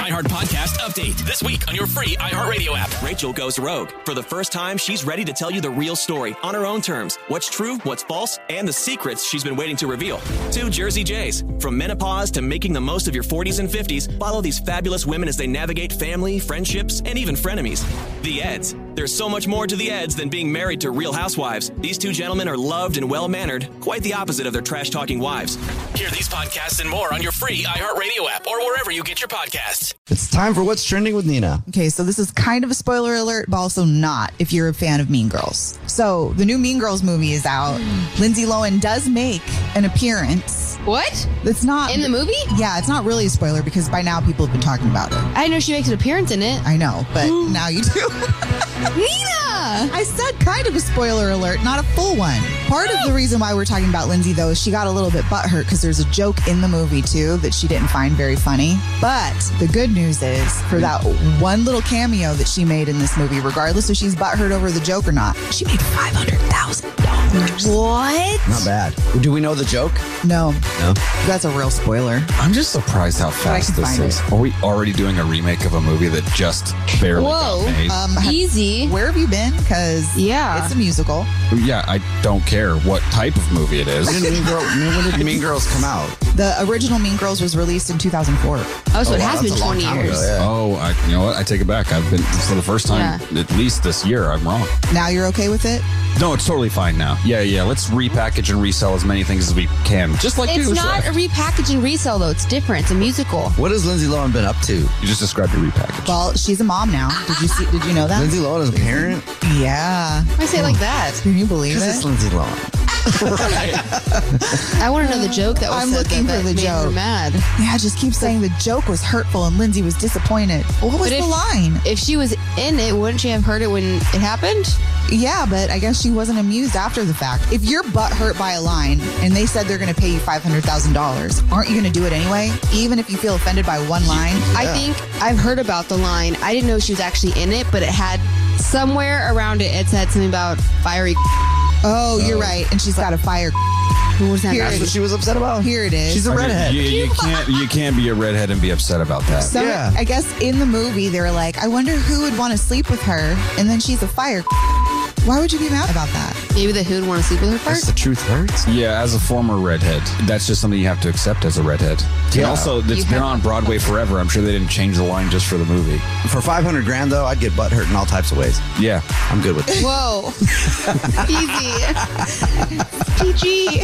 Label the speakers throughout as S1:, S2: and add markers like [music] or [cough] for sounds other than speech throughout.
S1: iHeart Podcast Update. This week on your free iHeartRadio app, Rachel goes rogue. For the first time, she's ready to tell you the real story on her own terms what's true, what's false, and the secrets she's been waiting to reveal. Two Jersey Jays. From menopause to making the most of your 40s and 50s, follow these fabulous women as they navigate family, friendships, and even frenemies. The Eds. There's so much more to the Eds than being married to real housewives. These two gentlemen are loved and well mannered, quite the opposite of their trash talking wives. Hear these podcasts and more on your free iHeartRadio app or wherever you get your podcasts.
S2: It's time for what's trending with Nina.
S3: Okay, so this is kind of a spoiler alert, but also not if you're a fan of Mean Girls. So the new Mean Girls movie is out.
S4: Mm.
S3: Lindsay Lohan does make an appearance.
S4: What?
S3: It's not
S4: In the movie?
S3: Yeah, it's not really a spoiler because by now people have been talking about it.
S4: I know she makes an appearance in it.
S3: I know, but now you do. [laughs]
S4: Nina!
S3: I said kind of a spoiler alert, not a full one. Part of the reason why we're talking about Lindsay, though, is she got a little bit butthurt because there's a joke in the movie, too, that she didn't find very funny. But the good news is for that one little cameo that she made in this movie, regardless if she's butthurt over the joke or not, she made $500,000.
S4: What?
S2: Not bad. Do we know the joke?
S3: No,
S2: No.
S3: that's a real spoiler.
S5: I'm just surprised how
S3: I
S5: fast
S3: can
S5: this
S3: find
S5: is. Are we already doing a remake of a movie that just barely
S4: Whoa.
S5: got made?
S3: Um, have-
S4: Easy.
S3: where have you been? Because
S4: Yeah.
S3: it's a musical.
S5: yeah, I don't care what type of movie it
S2: When
S5: is.
S2: did Mean, Girl, when did mean Girls come out?
S3: The original Mean Girls was released in 2004.
S4: Oh, so
S2: Oh,
S4: it
S2: wow,
S4: has
S2: that's
S4: been
S2: a long
S4: 20
S2: time
S4: years.
S2: ago, yeah.
S5: Oh, I, you know what? I take it back. I've been for the first time at least this year. I'm wrong.
S3: Now you're okay with it?
S5: No, it's totally fine now. Yeah, yeah. Let's repackage and resell as many things as we can. Just like
S4: It's
S5: you.
S4: not a repackage and resell, though. It's different. It's a musical.
S2: What has Lindsay Lohan been up to?
S5: you just described your repackage.
S3: Well, she's a mom now. Did you see? Did you know that?
S2: Lindsay Lohan is a parent?
S3: Yeah.
S4: Why say it like that?
S3: Can you believe
S2: Because it's
S3: it?
S2: Lindsay Lohan.
S4: I want to know the joke that was
S3: I'm
S4: said
S3: looking
S4: that,
S3: for
S4: that
S3: the
S4: made her
S3: joke.
S4: mad.
S3: Yeah, I just keep saying the joke was hurtful and Lindsay was disappointed. What was
S4: But
S3: the
S4: if-
S3: line?
S4: If she was in it, wouldn't she have heard it when it happened?
S3: Yeah, but I guess she wasn't amused after the fact. If you're butt hurt by a line and they said they're going to pay you $500,000, aren't you going to do it anyway? Even if you feel offended by one line?
S4: I think I've heard about the line. I didn't know she was actually in it, but it had somewhere around it, it said something about fiery.
S3: Oh, you're right. And she's got a fire.
S4: What was that?
S3: Here
S2: That's what she was upset about?
S3: Here it is.
S2: She's a redhead.
S5: You, you can't. You can't be a redhead and be upset about that.
S3: So
S2: Yeah.
S3: I guess in the movie they were like, I wonder who would want to sleep with her, and then she's a fire. Why would you be mad about that?
S4: Maybe the who'd want to sleep with her
S2: That's
S4: first?
S2: the truth hurts.
S5: Yeah, as a former redhead, that's just something you have to accept as a redhead. And
S2: Yeah.
S5: also, it's been on Broadway forever. I'm sure they didn't change the line just for the movie.
S2: For 500 grand, though, I'd get butt hurt in all types of ways.
S5: Yeah.
S2: I'm good with it.
S4: Whoa. [laughs] Easy. PG.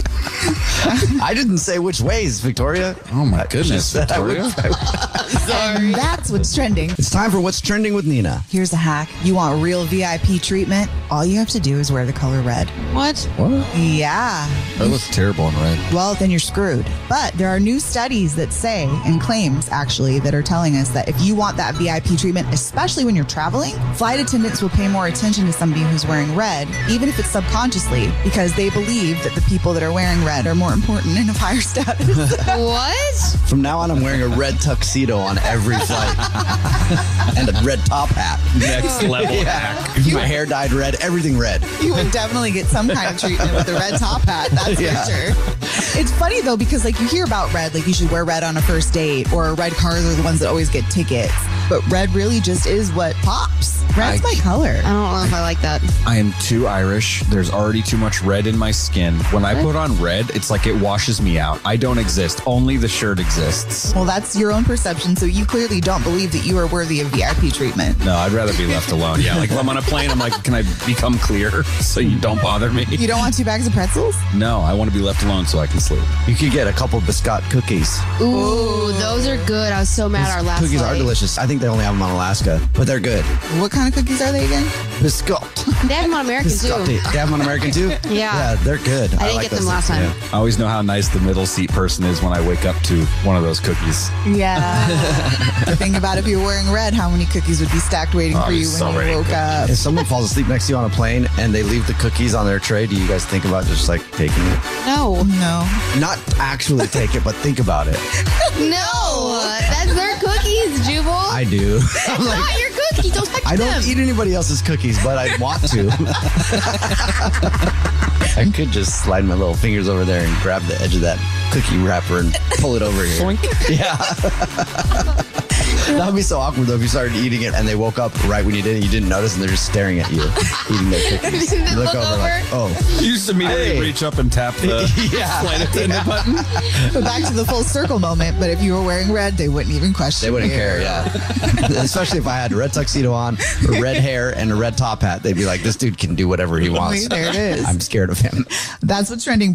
S2: I didn't say which ways, Victoria.
S5: Oh my goodness, Victoria.
S3: And that's what's trending.
S2: It's time for what's trending with Nina.
S3: Here's a hack. You want real VIP treatment? All you have to do is wear the color red.
S4: What?
S5: What?
S3: Yeah.
S5: That looks terrible in red.
S3: Well, then you're screwed. But there are new studies that say and claims actually that are telling us that if you want that VIP treatment, especially when you're traveling, flight attendants will pay more attention to somebody who's wearing red, even if it's subconsciously, because they believe that the people that are wearing red are more important and of higher [laughs] status.
S4: What?
S2: From now on, I'm wearing a red tuxedo on every flight [laughs] and a red top hat.
S5: Next level hack.
S2: My hair dyed red, everything red.
S3: you would definitely get some kind of treatment with the red top hat. That's
S2: Yeah.
S3: for sure. It's funny though because like you hear about red, like you should wear red on a first date, or red cars are the ones that always get tickets. but red really just is what pops. Red's
S5: I-
S3: my color.
S4: I don't know if I like that.
S5: I am too Irish. There's already too much red in my skin. When I put on red, it's like it washes me out. I don't exist. Only the shirt exists.
S3: Well, that's your own perception. So you clearly don't believe that you are worthy of VIP treatment.
S5: No, I'd rather be left alone. Yeah, like if I'm on a plane, I'm like, can I become clear so you don't bother me?
S3: You don't want two bags of pretzels?
S5: No, I want to be left alone so I can sleep.
S2: You could get a couple biscotti cookies.
S4: Ooh, those are good. I was so mad our last
S2: Oh. cookies are
S4: flight.
S2: delicious. I think they only have them on Alaska, but they're good.
S3: What kind of cookies are they again?
S2: Biscotti.
S4: [laughs] They have them on American
S2: Biscotti.
S4: too.
S2: They have them on American
S4: [laughs]
S2: too? Yeah, they're good.
S4: I didn't
S2: like
S4: get them
S2: those
S4: last
S2: things.
S4: time.
S2: Yeah.
S5: I always know how nice the middle seat person is when I wake up to one of those cookies.
S3: Yeah. Think about if you were wearing red, how many cookies would be stacked waiting
S5: Oh,
S3: for you when
S5: there's so
S3: you
S5: many
S3: woke up?
S2: If someone falls asleep next to you on a plane and they leave the cookies on their tray, do you guys think about just like taking it?
S4: No,
S3: No.
S2: Not actually take it, but think about it.
S4: no, that's their cookies, Jubal.
S2: I do. [laughs] I'm
S4: Not
S2: like,
S4: your cookies. Don't touch
S2: I
S4: them.
S2: don't eat anybody else's cookies, but I want to. [laughs] I could just slide my little fingers over there and grab the edge of that cookie wrapper and pull it over here. Yeah. [laughs] that would be so awkward though if you started eating it and they woke up right when you did it, you didn't notice and they're just staring at you eating their cookies.
S4: They
S2: You
S4: look
S2: like, oh.
S5: You just immediately
S2: Hey.
S5: reach up
S2: [laughs]
S5: and tap the [laughs]
S2: Yeah.
S5: flight attendant button.
S3: But back to the full circle moment. But if you were wearing red, they wouldn't even question.
S2: They wouldn't
S3: you.
S2: care, yeah. [laughs] Especially if I had a red tuxedo on, red hair, and a red top hat. They'd be like, this dude can do whatever he wants.
S3: there it is.
S2: I'm scared of him.
S3: That's what's trending.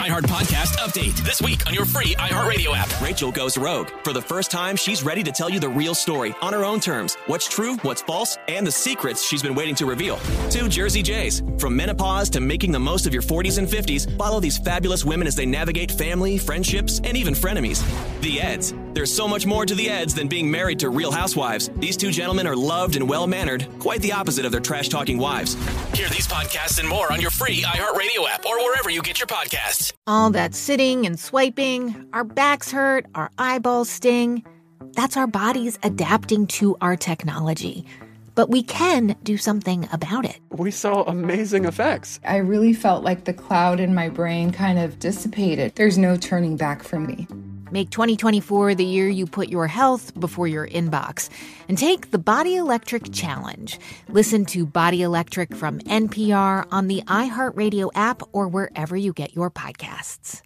S1: iHeart Podcast update this week on your free iHeartRadio app. Rachel goes rogue. For the first time, she's ready to tell you the real story on her own terms what's true, what's false, and the secrets she's been waiting to reveal. Two Jersey Jays. From menopause to making the most of your 40s and 50s, follow these fabulous women as they navigate family, friendships, and even frenemies. The Eds. There's so much more to the Eds than being married to real housewives. These two gentlemen are loved and well mannered, quite the opposite of their trash talking wives. Hear these podcasts and more on your free iHeartRadio app or wherever you get your podcasts.
S6: All that sitting and swiping, our backs hurt, our eyeballs sting. That's our bodies adapting to our technology. But we can do something about it.
S7: we saw amazing effects.
S8: I really felt like the cloud in my brain kind of dissipated. There's no turning back for me.
S6: Make 2024 the year you put your health before your inbox and take the Body Electric Challenge. Listen to Body Electric from NPR on the iHeartRadio app or wherever you get your podcasts.